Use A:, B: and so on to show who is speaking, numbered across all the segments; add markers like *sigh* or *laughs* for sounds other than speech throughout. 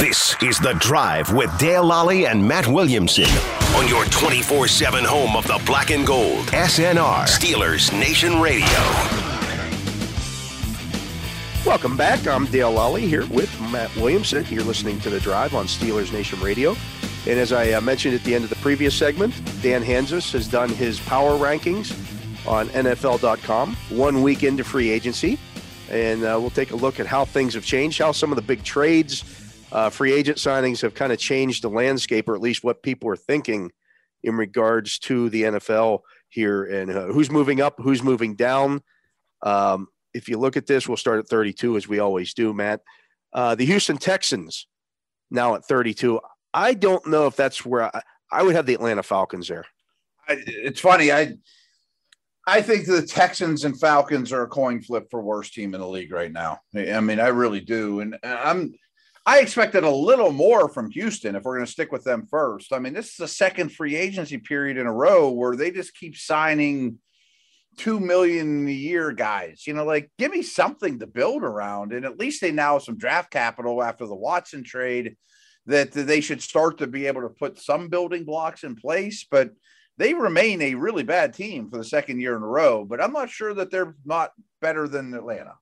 A: This is The Drive with Dale Lally and Matt Williamson on your 24 7 home of the black and gold. SNR, Steelers Nation Radio.
B: Welcome back. I'm Dale Lally here with Matt Williamson. You're listening to The Drive on Steelers Nation Radio. And as I uh, mentioned at the end of the previous segment, Dan Hansis has done his power rankings on NFL.com one week into free agency. And uh, we'll take a look at how things have changed, how some of the big trades, uh, free agent signings have kind of changed the landscape, or at least what people are thinking in regards to the NFL here and uh, who's moving up, who's moving down. Um, if you look at this, we'll start at 32 as we always do, Matt. Uh, the Houston Texans now at 32. I don't know if that's where I, I would have the Atlanta Falcons there.
C: I, it's funny. I I think the Texans and Falcons are a coin flip for worst team in the league right now. I mean, I really do, and I'm I expected a little more from Houston if we're going to stick with them first. I mean, this is the second free agency period in a row where they just keep signing two million a year guys. You know, like give me something to build around, and at least they now have some draft capital after the Watson trade that they should start to be able to put some building blocks in place, but. They remain a really bad team for the second year in a row, but I'm not sure that they're not better than Atlanta.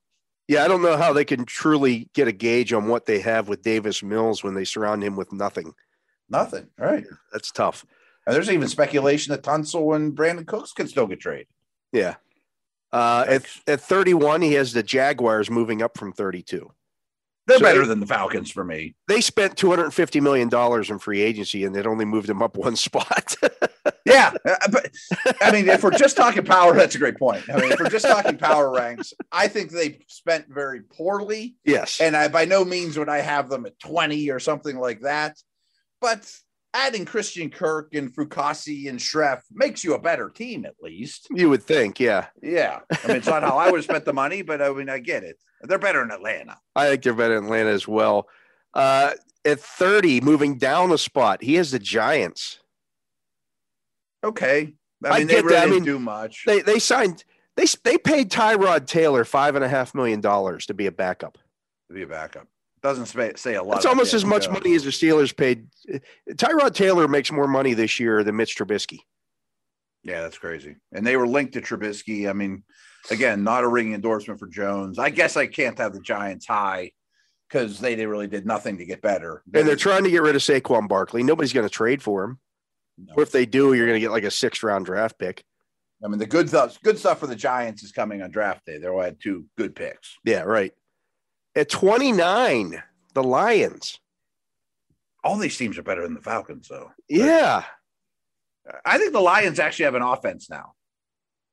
B: Yeah, I don't know how they can truly get a gauge on what they have with Davis Mills when they surround him with nothing.
C: Nothing. All right.
B: That's tough.
C: And there's even speculation that Tunsil and Brandon Cooks can still get traded.
B: Yeah. Uh, at, at 31, he has the Jaguars moving up from 32.
C: They're so better they, than the Falcons for me.
B: They spent $250 million in free agency and it only moved him up *laughs* one spot.
C: yeah. Uh, But I mean, if we're just talking power, that's a great point. I mean, if we're just talking power ranks, I think they spent very poorly.
B: Yes.
C: And I by no means would I have them at 20 or something like that. But adding Christian Kirk and Fukasi and Schreff makes you a better team, at least.
B: You would think, yeah.
C: Yeah. I mean, it's not how I would have spent the money, but I mean, I get it. They're better in Atlanta.
B: I think they're better in Atlanta as well. Uh, at 30, moving down a spot, he has the Giants.
C: Okay. I, I mean, they really I mean, didn't do much.
B: They, they signed, they, they paid Tyrod Taylor $5.5 million to be a backup.
C: To be a backup doesn't say a lot.
B: It's almost as much go. money as the Steelers paid. Tyrod Taylor makes more money this year than Mitch Trubisky.
C: Yeah, that's crazy. And they were linked to Trubisky. I mean, again, not a ringing endorsement for Jones. I guess I can't have the Giants high because they really did nothing to get better.
B: They and they're trying to get rid of Saquon Barkley. Nobody's going to trade for him. No. Or if they do, you're going to get like a sixth round draft pick.
C: I mean, the good stuff, good stuff for the Giants is coming on draft day. They'll add two good picks.
B: Yeah, right. At 29, the Lions.
C: All these teams are better than the Falcons, though.
B: Yeah.
C: I think the Lions actually have an offense now.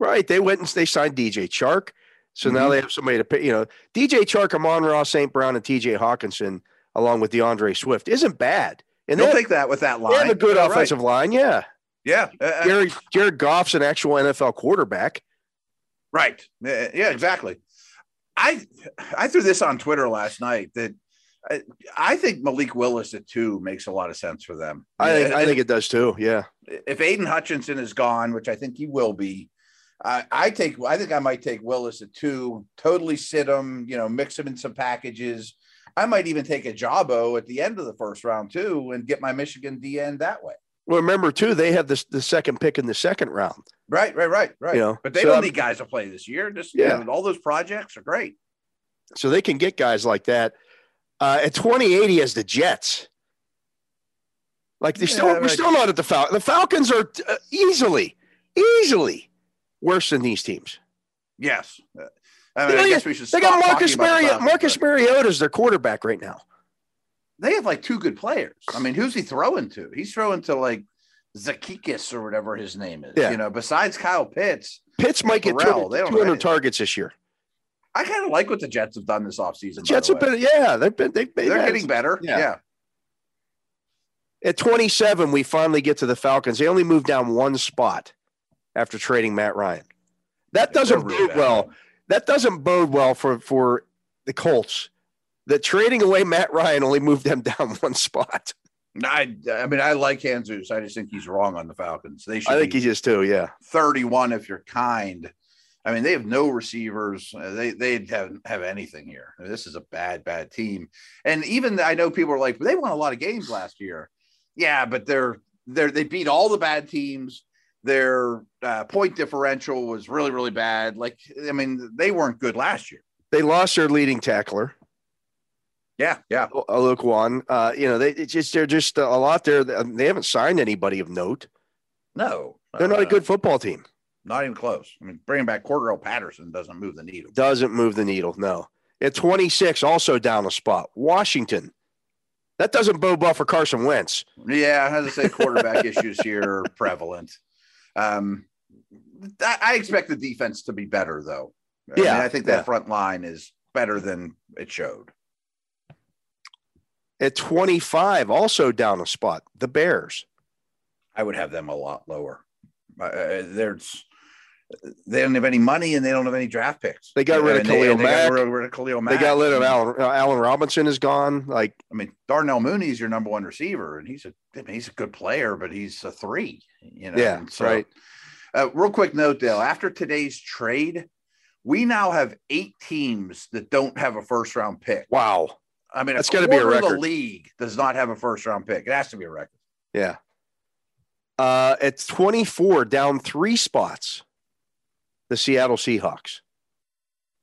B: Right. They went and they signed DJ Chark. So mm-hmm. now they have somebody to pay. You know, DJ Chark, Amon Ross, St. Brown, and TJ Hawkinson, along with DeAndre Swift, isn't bad.
C: And they'll take that with that line. They
B: have a good You're offensive right. line. Yeah.
C: Yeah.
B: Uh, Jared, Jared Goff's an actual NFL quarterback.
C: Right. Yeah, exactly. I I threw this on Twitter last night that I, I, think Malik Willis at two makes a lot of sense for them.
B: I think, I think it does too. Yeah.
C: If Aiden Hutchinson is gone, which I think he will be, I, I take I think I might take Willis at two. Totally sit him. You know, mix him in some packages. I might even take a Jabo at the end of the first round too, and get my Michigan DN that way.
B: Well, remember too, they have this the second pick in the second round.
C: Right, right, right, right.
B: You know,
C: but they so don't I'm, need guys to play this year. Just yeah, you know, all those projects are great.
B: So they can get guys like that. Uh, at twenty eighty as the Jets. Like they yeah, still, right. we're still not at the Falcons. The Falcons are uh, easily, easily worse than these teams.
C: Yes, uh, I, mean, I guess
B: they,
C: we should.
B: They got Marcus Mariota. Marcus Mariota is their quarterback right now
C: they have like two good players. I mean, who's he throwing to? He's throwing to like Zakikis or whatever his name is. Yeah. You know, besides Kyle Pitts,
B: Pitts might get Burrell, 200, 200 targets this year.
C: I kind of like what the Jets have done this offseason. by
B: Jets
C: the
B: have
C: way.
B: been, yeah, they've been, they've been
C: They're getting better.
B: Yeah.
C: Yeah.
B: At 27, we finally get to the Falcons. They only moved down one spot after trading Matt Ryan. That
C: They're
B: doesn't
C: really
B: bode
C: bad.
B: well. That doesn't bode well for for the Colts. That trading away Matt Ryan only moved them *laughs* down one spot.
C: I, I mean, I like Hanzus. I just think he's wrong on the Falcons. They should
B: I think
C: be
B: he just too. Yeah,
C: 31 if you're kind. I mean, they have no receivers. Uh, They they haven't have anything here. This is a bad, bad team. And even I know people are like, they won a lot of games last year. Yeah, but they're they're they beat all the bad teams. Their uh, point differential was really, really bad. Like, I mean, they weren't good last year.
B: they lost their leading tackler,
C: Yeah, yeah.
B: Oluquan. Uh, you know, they it's just they're just a lot there. They haven't signed anybody of note.
C: No,
B: They're not a
C: Uh,
B: good football team.
C: Not even close. I mean, bringing back Cordero Patterson doesn't move the needle.
B: doesn't move the needle. No. At 26, also down a spot. Washington. That doesn't bode well for Carson Wentz.
C: Yeah, as I
B: *laughs*
C: say, quarterback issues here are prevalent. Um, I, I expect the defense to be better, though. I mean,
B: Yeah,
C: I think that
B: yeah.
C: front line is better than it showed.
B: At 25, also down a spot. The Bears.
C: I would have them a lot lower. Uh, Uh, there's they don't have any money and they don't have any draft picks.
B: They got rid of
C: And they-
B: Khalil
C: and They
B: Mack.
C: got rid- rid of Khalil Mack.
B: They got rid of Allen. uh, Allen Robinson is gone. Like,
C: I mean, Darnell Mooney's your number one receiver, and he's a I mean, he's a good player, but he's a three. You know,
B: yeah,
C: and so-
B: right.
C: Uh, real quick note, Dale. After today's trade, we now have eight teams that don't have a first round pick.
B: Wow.
C: I mean,
B: That's
C: got
B: gotta
C: to
B: be a
C: Of
B: record.
C: the league does not have a first round pick. It has to be a record.
B: Yeah. Uh, at 24, down three spots. The Seattle Seahawks.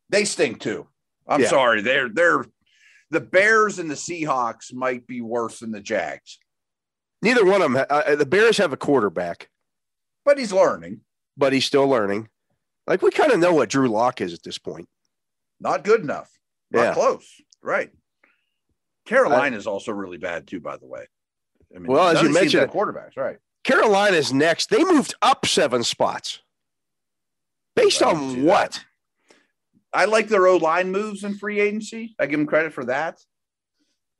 C: They stink too. I'm
B: Yeah.
C: sorry. They're they're the Bears and the Seahawks might be worse than the Jags,
B: Neither one of them. Uh, the Bears have a quarterback.
C: but he's learning.
B: but he's still learning. Like we kind of know what Drew Lock is at this point.
C: Not good enough. Not
B: Yeah.
C: close. Right. Carolina is also really bad too. By the way. I mean,
B: Well, as
C: none
B: you
C: of these teams
B: mentioned-
C: have quarterbacks, right?
B: Carolina's next. They moved up seven spots. Based
C: I don't see
B: on what?
C: I like their O line moves in free agency. I give them credit for that.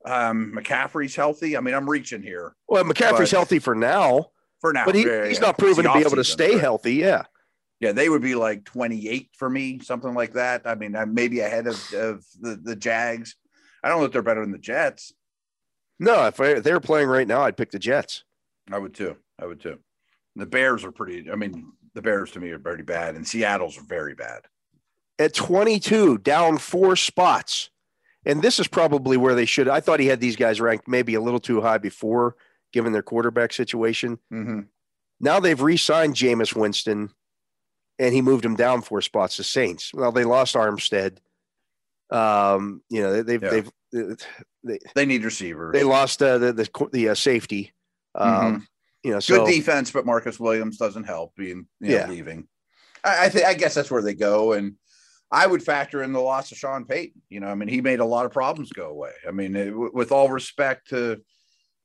C: Um, McCaffrey's healthy. I mean, I'm reaching here
B: Well, McCaffrey's
C: But-
B: healthy for now,
C: for now.
B: but he,
C: Yeah, yeah,
B: he's
C: yeah.
B: not proven
C: It's
B: to
C: the
B: be able to
C: offseason,
B: stay
C: right.
B: healthy. Yeah.
C: Yeah, they would be like 28 for me, something like that. I mean, I'm maybe ahead of, of the, the Jags. I don't know if they're better than the Jets.
B: No, if, I, if they were playing right now, I'd pick the Jets.
C: I would too. I would too. The Bears are pretty. I mean, the Bears to me are pretty bad, and Seattle's are very bad.
B: At 22, down four spots. And this is probably where they should. I thought he had these guys ranked maybe a little too high before, given their quarterback situation.
C: Mm-hmm.
B: Now they've re-signed Jameis Winston, and he moved him down four spots to Saints. Well, they lost Armstead. Um, you know, they, have
C: Yeah.
B: they've they,
C: They need receivers.
B: they lost uh, the the co- the uh, safety. Um,
C: Mhm.
B: You know, so
C: good defense, but Marcus Williams doesn't help being you know,
B: Yeah.
C: leaving. I, I think I guess that's where they go, and I would factor in the loss of Sean Payton. You know, I mean, he made a lot of problems go away. I mean, it, w- with all respect to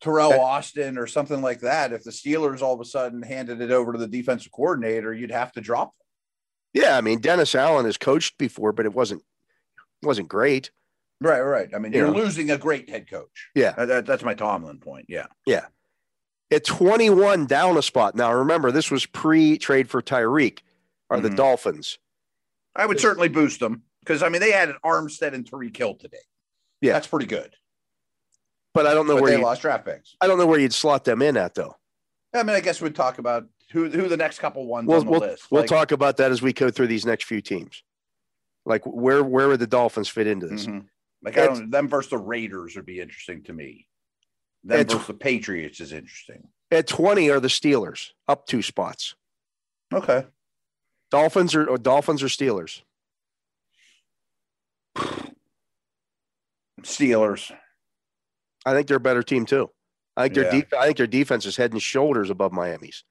C: Terrell
B: That-
C: Austin or something like that, if the Steelers all of a sudden handed it over to the defensive coordinator, you'd have to drop. Them.
B: yeah, I mean, Dennis Allen has coached before, but it wasn't wasn't great.
C: Right, right. I mean,
B: Yeah.
C: you're losing a great head coach.
B: Yeah.
C: Uh, that- that's my Tomlin point. Yeah,
B: At 21, down a spot. Now remember, this was pre-trade for Tyreek. Are the
C: Mhm.
B: Dolphins?
C: I would certainly boost them because I mean they had an Armstead and Tariq Hill today.
B: Yeah.
C: that's pretty good.
B: But I don't know
C: But
B: where
C: they
B: you,
C: lost draft picks.
B: I don't know where you'd slot them in at though.
C: I mean, I guess we'd talk about who who the next couple ones
B: we'll,
C: on the
B: we'll,
C: list.
B: we'll
C: Like,
B: talk about that as we go through these next few teams. Like where where would the Dolphins fit into this?
C: mhm. Like I don't them versus the Raiders would be interesting to me. Them
B: It's-
C: versus the Patriots is interesting.
B: At twenty are the Steelers, up two spots.
C: Okay.
B: Dolphins or, or Dolphins or Steelers.
C: Steelers.
B: I think they're a better team too. I think their
C: Yeah.
B: def- I think their defense is head and shoulders above Miami's.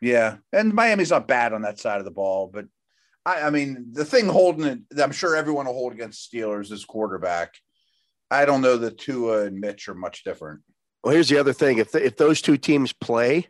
C: Yeah. And Miami's not bad on that side of the ball, but I, I mean the thing holding it that I'm sure everyone will hold against the Steelers is quarterback. I don't know that Tua and Mitch are much different.
B: Well, here's the other thing: if the, if those two teams play,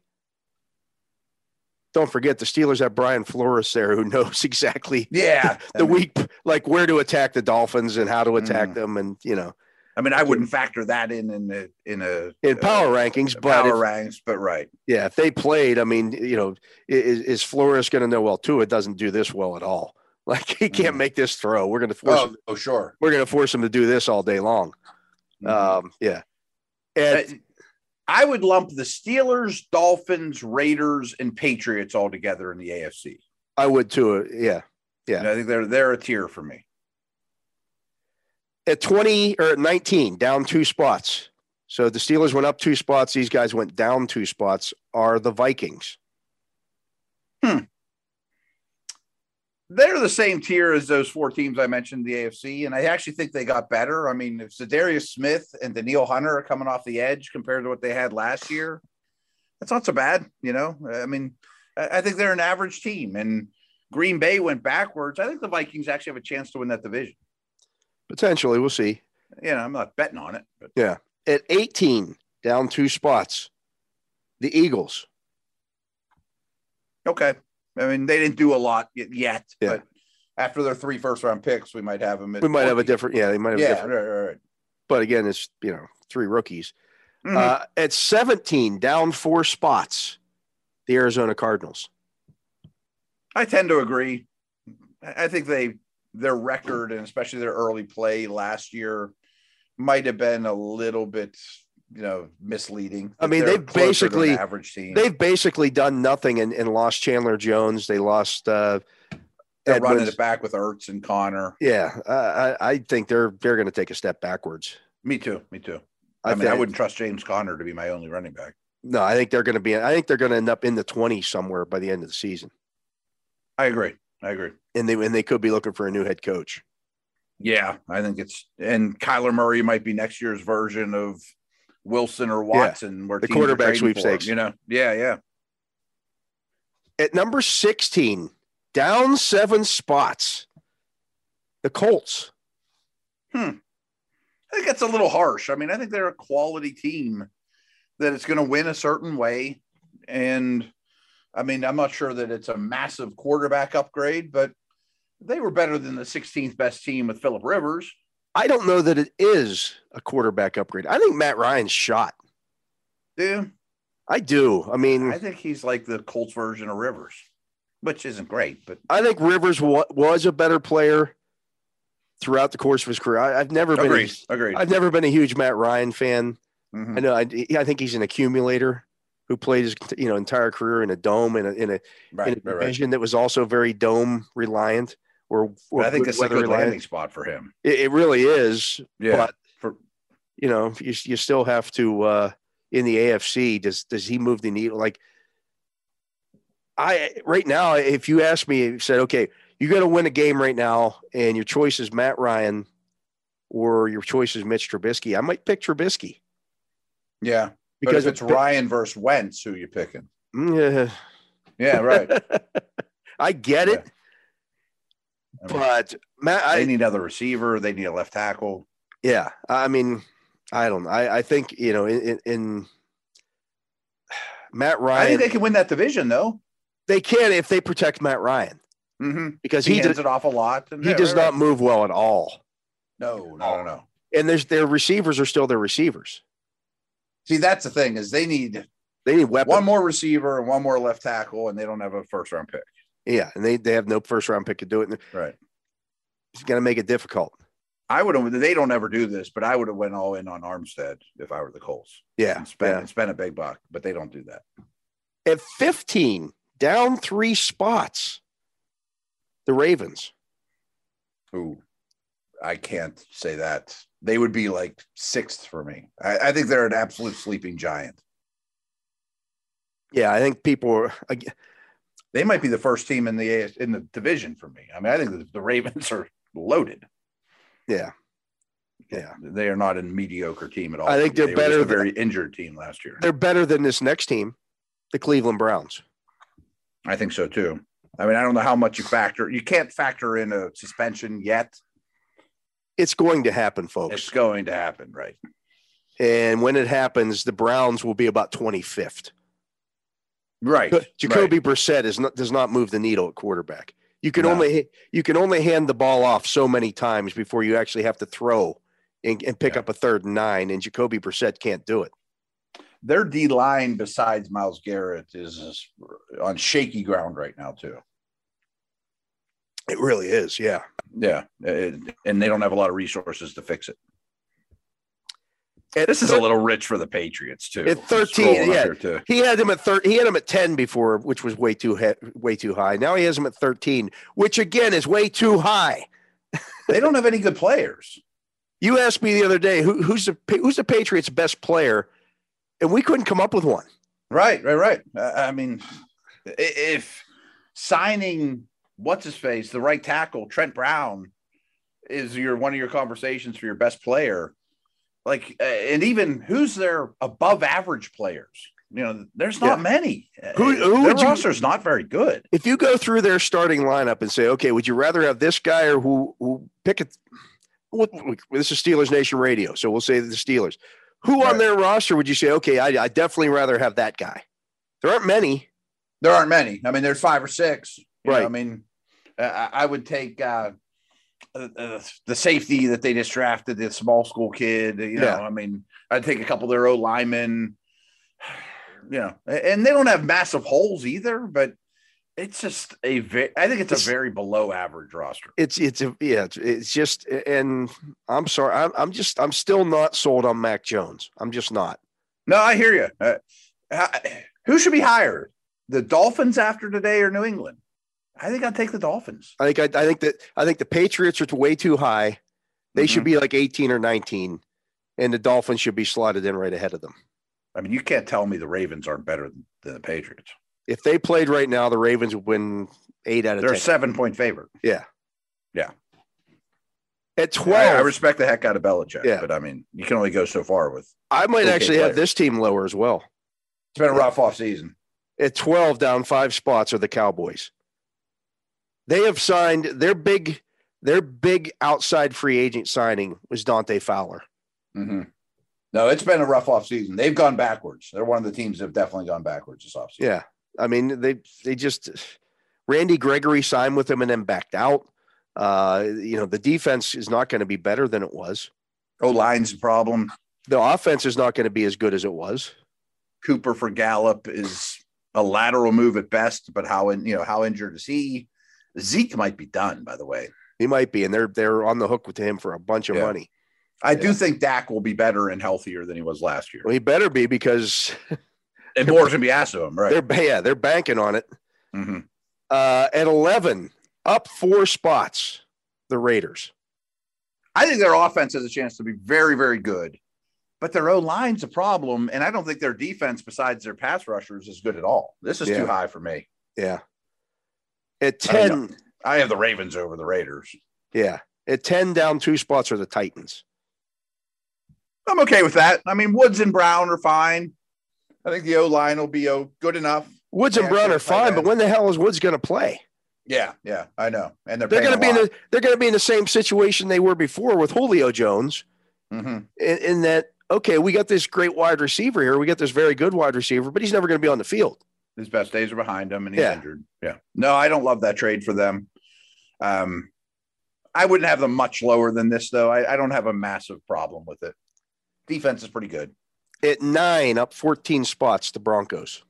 B: don't forget the Steelers have Brian Flores there who *laughs* knows exactly
C: Yeah.
B: *laughs* the week, like where to attack the Dolphins and how to attack
C: Mm.
B: them, and you know,
C: I mean, I wouldn't factor that in in a in a
B: in power
C: uh,
B: rankings. But
C: power
B: if-
C: ranks, but right.
B: yeah, if they played, I mean, you know, i- is, is Flores going to know? Well, Tua doesn't do this well at all. *laughs* Like he can't
C: Mm.
B: make this throw. We're going to force
C: Oh,
B: him.
C: oh, sure. Mm-hmm.
B: We're going to force him to do this all day long. Um, yeah, and
C: I- I would lump the Steelers, Dolphins, Raiders, and Patriots all together in the AFC.
B: I would too. Yeah,
C: And I think they're they're a tier for me.
B: at 20 or at 19, down two spots. So the Steelers went up two spots. These guys went down two spots. Are the Vikings?
C: They're the same tier as those four teams I mentioned in the AFC, and I actually think they got better. I mean, if Zadarius Smith and Daniil Hunter are coming off the edge compared to what they had last year, that's not so bad. You know, I mean, I I think they're an average team, and Green Bay went backwards. I think the Vikings actually have a chance to win that division.
B: Potentially, we'll see.
C: You know, I'm not betting on it, but
B: At 18, down two spots. The Eagles.
C: Okay. I mean, they didn't do a lot y- yet,
B: Yeah.
C: but after their three first round picks, we might have them. At
B: We might have a
C: 14.
B: different. Yeah, they might have a
C: Yeah.
B: different.
C: right, right, right.
B: But again, it's you know three rookies.
C: Mhm.
B: Uh, at 17, down four spots. The Arizona Cardinals.
C: I tend to agree. I I think they their record and especially their early play last year might have been a little bit, you know, misleading.
B: I mean,
C: They're
B: they've
C: closer to an
B: basically-
C: average team.
B: They've basically done nothing and, and lost Chandler Jones. They lost uh,
C: They're running
B: Edwards.
C: it back with Ertz and Connor.
B: Yeah, I, I I think they're they're going to take a step backwards.
C: Me too. Me too.
B: I,
C: I, mean, I
B: think-
C: wouldn't trust James Connor to be my only running back.
B: No, I think they're going to be. I think they're going to end up in the 20s somewhere by the end of the season,
C: I agree. I agree.
B: and they and they could be looking for a new head coach.
C: Yeah, I think it's and Kyler Murray might be next year's version of Wilson or Watson, where
B: the
C: teams are
B: quarterback
C: trading for him,
B: sweepstakes.
C: You know, yeah, yeah.
B: At number 16, down seven spots, the Colts.
C: I think that's a little harsh. I mean, I think they're a quality team that it's going to win a certain way, and I mean, I'm not sure that it's a massive quarterback upgrade, but they were better than the 16th best team with Philip Rivers.
B: I don't know that it is a quarterback upgrade. I think Matt Ryan's shot.
C: Yeah,
B: I do. I mean,
C: I think he's like the Colts version of Rivers, which isn't great, but
B: I think Rivers wa- was a better player throughout the course of his career. I, I've never been.
C: agreed,
B: a-
C: agreed.
B: I've never been a huge Matt Ryan fan.
C: Mhm.
B: I know. I, I think he's an accumulator who played his you know entire career in a dome in a in a,
C: Right,
B: in a
C: right, right.
B: division that was also very dome reliant or, or
C: I think this is a
B: weather
C: good
B: reliant.
C: landing spot for him.
B: It, it really is, but
C: for-
B: you know you you still have to uh, in the AFC. Does does he move the needle? Like I right now, if you ask me, you said okay, you got to win a game right now, and your choice is Matt Ryan. Or your choice is Mitch Trubisky. I might pick Trubisky
C: yeah.
B: because
C: Because
B: mm,
C: it's Ryan versus Wentz who you're picking.
B: Yeah.
C: Yeah, *laughs* right.
B: *laughs* I get it,
C: I mean,
B: but Matt,
C: they
B: I,
C: need another receiver. They need a left tackle.
B: yeah, I mean, I don't know. I, I think you know, in, in, in Matt
C: I
B: Ryan,
C: think
B: they,
C: they can win that division though.
B: can if they protect Matt Ryan
C: hmm
B: because
C: He,
B: he
C: hands
B: does,
C: it off a lot. and-
B: he
C: yeah,
B: does
C: right,
B: not
C: right.
B: move well at all,
C: No, no, no, no.
B: and there's their receivers are still their receivers.
C: See, that's the thing is they need
B: They need weapons.
C: one more receiver and one more left tackle, and they don't have a first round pick.
B: yeah, and they, they have no first round pick to do it. And
C: Right.
B: it's going to make it difficult.
C: I would have. They don't ever do this, but I would have went all in on Armstead if I were the Colts
B: Yeah,
C: and spent
B: yeah.
C: and spent a big buck, but they don't do that.
B: At 15, down three spots, the Ravens.
C: Ooh, I can't say that. They would be like sixth for me. I, I think they're an absolute sleeping giant.
B: Yeah, I think people are. ag-
C: They might be the first team in the AS in the division for me. I mean, I think the, the Ravens are loaded.
B: Yeah, Yeah.
C: they are not a mediocre team at all.
B: I think they're
C: They were just
B: better
C: A
B: than-
C: very injured team last year.
B: they're better than this next team, the Cleveland Browns.
C: I think so too. I mean, I don't know how much you factor. You can't factor in a suspension yet.
B: It's going to happen,
C: It's
B: folks.
C: going to happen, right?
B: And when it happens, the Browns will be about 25th.
C: Right.
B: Jacoby Brissett is not, does not move the needle at quarterback. You can
C: No.
B: only you can only hand the ball off so many times before you actually have to throw and, and pick
C: Yeah.
B: up a third and nine. And Jacoby Brissett can't do it.
C: Their D line besides Miles Garrett is, is on shaky ground right now too.
B: It really is. Yeah.
C: Yeah, and and they don't have a lot of resources to fix it.
B: At
C: This is
B: thir-
C: a little rich for the Patriots too.
B: At
C: Just
B: 13,
C: rolling up
B: yeah.
C: here, too.
B: He had him at thir- he had him at 10 before, which was way too he- way too high. Now he has him at 13, which again is way too high.
C: They don't have any good players.
B: You asked me the other day who, who's the Pa- who's the Patriots' best player, and we couldn't come up with one.
C: Right, right, right. I, I mean, i- if signing what's his face, the right tackle Trent Brown, is your one of your conversations for your best player, like, uh, and even who's their above average players? You know, there's not many. Uh,
B: Who- who
C: their
B: would you-
C: roster's not very good.
B: If you go through their starting lineup and say, okay, would you rather have this guy or who who pick it? Well, this is Steelers Nation Radio, so we'll say the Steelers. Who
C: Right.
B: on their roster would you say, okay, I, I definitely rather have that guy? There aren't many.
C: There aren't many. I mean, there's five or six. You know,
B: Right.
C: I mean, I- I, I would take uh, uh, uh, the safety that they just drafted, the small school kid. You know,
B: Yeah.
C: I mean, I'd take a couple of their O linemen. *sighs* You know, a- and they don't have massive holes either, but it's just a very, I think it's,
B: It's-
C: a very below average roster.
B: It's it's a, yeah, it's, it's just and I'm sorry, I'm, I'm just I'm still not sold on Mac Jones. I'm just not.
C: No, I hear you. Uh, uh, who should be hired? The Dolphins after today or New England? I think I'd take the Dolphins.
B: I think I, I think that I think the Patriots are way too high. They
C: Mm-hmm.
B: should be like 18 or 19, and the Dolphins should be slotted in right ahead of them.
C: I mean, you can't tell me the Ravens aren't better than, than the Patriots.
B: If they played right now, the Ravens would win eight out of
C: They're a
B: ten.
C: seven point favorite.
B: At
C: I, I
B: 12,
C: respect the heck out of Belichick,
B: Yeah.
C: but I mean, you can only go so far with it's
B: I, might
C: okay
B: actually have
C: player.
B: this team lower as well.
C: been a rough off season.
B: At 12, down five spots are the Cowboys. They have signed their big their big outside free agent signing was Dante Fowler. Mm-hmm.
C: Mm-hmm. No, it's been a rough off season. They've gone backwards. They're one of the teams that have definitely gone backwards this offseason.
B: Yeah. I mean, they they just Randy Gregory signed with them and then backed out. Uh, you know, the defense is not going to be better than it was.
C: O line's a problem.
B: The offense is not going to be as good as it was.
C: Cooper for Gallup is a lateral move at best, but how in you know how injured is he? Zeke might be done. By the way,
B: He might be, and they're they're on the hook with him for a bunch of
C: Yeah.
B: money.
C: I do
B: Yeah.
C: think Dak will be better and healthier than he was last year,
B: Well, he better be because
C: and more is gonna be asked of him, right?
B: they're yeah, they're banking on it.
C: hmm
B: Uh, at eleven, up four spots, the Raiders.
C: I think their offense has a chance to be very, very good, but their O line's a problem, and I don't think their defense, besides their pass rushers, is good at all. This is
B: Yeah.
C: too high for me.
B: Yeah. At
C: I don't
B: ten,
C: I have the Ravens over the Raiders.
B: yeah. At ten, down two spots are the Titans.
C: I'm okay with that. I mean, Woods and Brown are fine. I think the O line will be oh, good enough.
B: Woods and
C: Yeah,
B: Brown
C: they're
B: are fine,
C: fine.
B: but when the hell is Woods going to play?
C: Yeah, yeah, I know. And they're
B: They're
C: going to
B: be in the, they're going to be in the same situation they were before with Julio Jones,
C: Mhm.
B: in, in that okay, we got this great wide receiver here, we got this very good wide receiver, but he's never going to be on the field.
C: His best days are behind him, and he's
B: Yeah.
C: injured. Yeah. No, I don't love that trade for them. Um, I wouldn't have them much lower than this, though. I, I don't have a massive problem with it. Defense is pretty good.
B: At nine, up fourteen spots, the Broncos.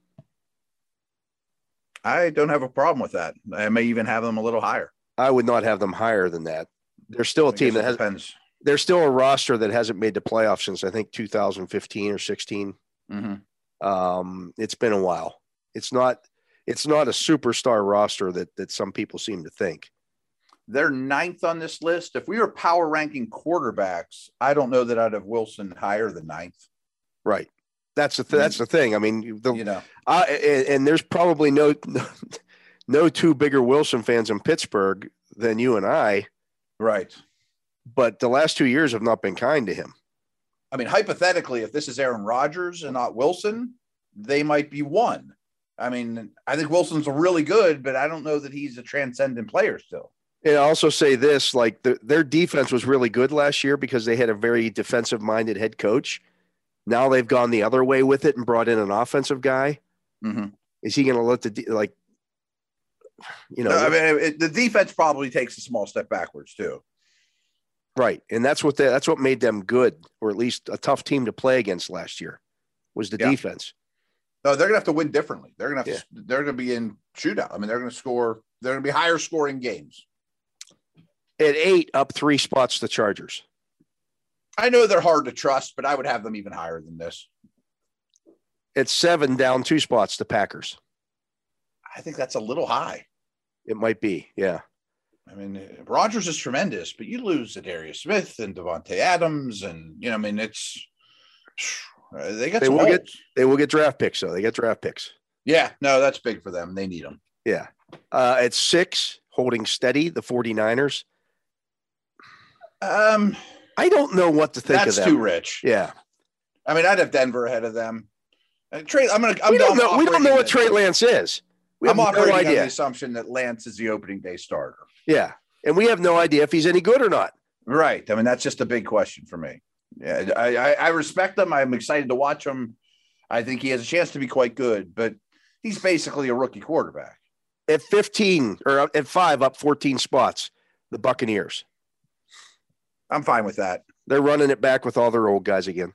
C: I don't have a problem with that. I may even have them a little higher.
B: I would not have them higher than that. They're still a
C: I
B: team
C: guess it
B: that has.
C: depends.
B: They're still a roster that hasn't made the playoffs since I think 2015 or 16. Mm-hmm.
C: Mhm.
B: Um, it's been a while. It's not. It's not a superstar roster that that some people seem to think.
C: They're ninth on this list. If we were power ranking quarterbacks, I don't know that I'd have Wilson higher than ninth.
B: Right. That's the th- that's
C: Mm-hmm.
B: the thing. I mean, the,
C: You know,
B: I, and, and there's probably no, *laughs* no two bigger Wilson fans in Pittsburgh than you and I,
C: right?
B: but the last two years have not been kind to him.
C: I mean, hypothetically, if this is Aaron Rodgers and not Wilson, they might be one. I mean, I think Wilson's really good, but I don't know that he's a transcendent player still.
B: And I also say this: like the, their defense was really good last year because they had a very defensive-minded head coach. Now they've gone the other way with it and brought in an offensive guy.
C: Mhm.
B: Is he going to let the de- like? You know,
C: I mean, it, the defense probably takes a small step backwards too.
B: right, and that's what they, that's what made them good, or at least a tough team to play against last year, was the
C: Yeah.
B: defense.
C: No, they're gonna have to win differently. They're gonna have to, they're gonna be in shootout. I mean, they're gonna score. They're gonna be higher scoring games.
B: At eight, up three spots, the Chargers.
C: I know they're hard to trust, but I would have them even higher than this.
B: At seven, down two spots, the Packers.
C: I think that's a little high.
B: It might be, yeah.
C: I mean, Rogers is tremendous, but you lose Darius Smith and Devontae Adams, and you know, I mean, it's *sighs* uh, they got
B: They
C: some
B: will get-
C: holes.
B: They will get draft picks, though. They get draft picks.
C: Yeah, no, that's big for them. They need them.
B: Yeah. Uh, at six, holding steady, the 49ers.
C: Um,
B: I don't know what to think
C: that's
B: of
C: too
B: them.
C: rich.
B: yeah.
C: I mean, I'd have Denver ahead of them. Uh, Trey, I'm gonna. I'm,
B: we don't
C: I'm
B: know. We don't
C: operating
B: know what
C: it-
B: Trey Lance is. We have
C: I'm
B: no
C: operating on the
B: idea.
C: assumption that Lance is the opening day starter.
B: Yeah, and we have no idea if he's any good or not.
C: Right. I mean, that's just a big question for me. Yeah, I, I, I respect him. I'm excited to watch him. I think he has a chance to be quite good, but he's basically a rookie quarterback.
B: At fifteen or at five, up fourteen spots, the Buccaneers.
C: I'm fine with that.
B: They're running it back with all their old guys again.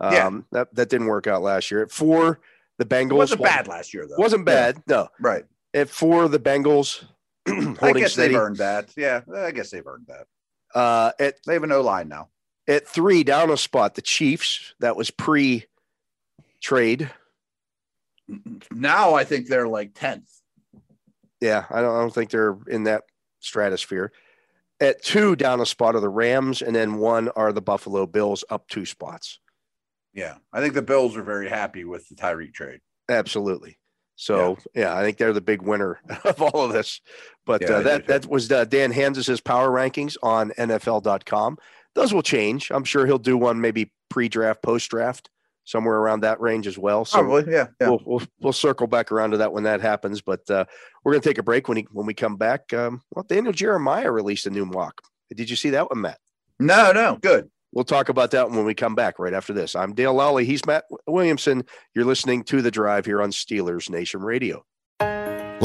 B: Um,
C: Yeah.
B: that that didn't work out last year. At four, the Bengals
C: It wasn't bad last year, though.
B: Wasn't bad. No.
C: Right. *clears throat*
B: At four, the Bengals
C: I
B: holding
C: guess
B: steady.
C: they've earned that. Yeah. I guess they've earned that.
B: Uh, at
C: They have an O line now.
B: at three, down a spot, the Chiefs. That was pre trade.
C: Now I think they're like 10th.
B: Yeah, I don't, I don't think they're in that stratosphere. At two, down a spot are the Rams, and then one are the Buffalo Bills, up two spots.
C: Yeah. I think the Bills are very happy with the Tyreek trade.
B: Absolutely. So yeah, I think they're the big winner *laughs* of all of this. But
C: Yeah, I
B: uh,
C: do
B: that
C: too.
B: that was uh, Dan Hansis's power rankings on NFL.com. Those will change. I'm sure he'll do one maybe pre-draft, post-draft, somewhere around that range as well. So
C: Yeah. yeah.
B: we'll, we'll we'll circle back around to that when that happens. But uh, we're going to take a break when he, when we come back. Um, well, Daniel Jeremiah released a new mock. Did you see that one, Matt?
C: No, no. Good.
B: We'll talk about that when we come back right after this. I'm Dale Lally. He's Matt Williamson. You're listening to The Drive here on Steelers Nation Radio.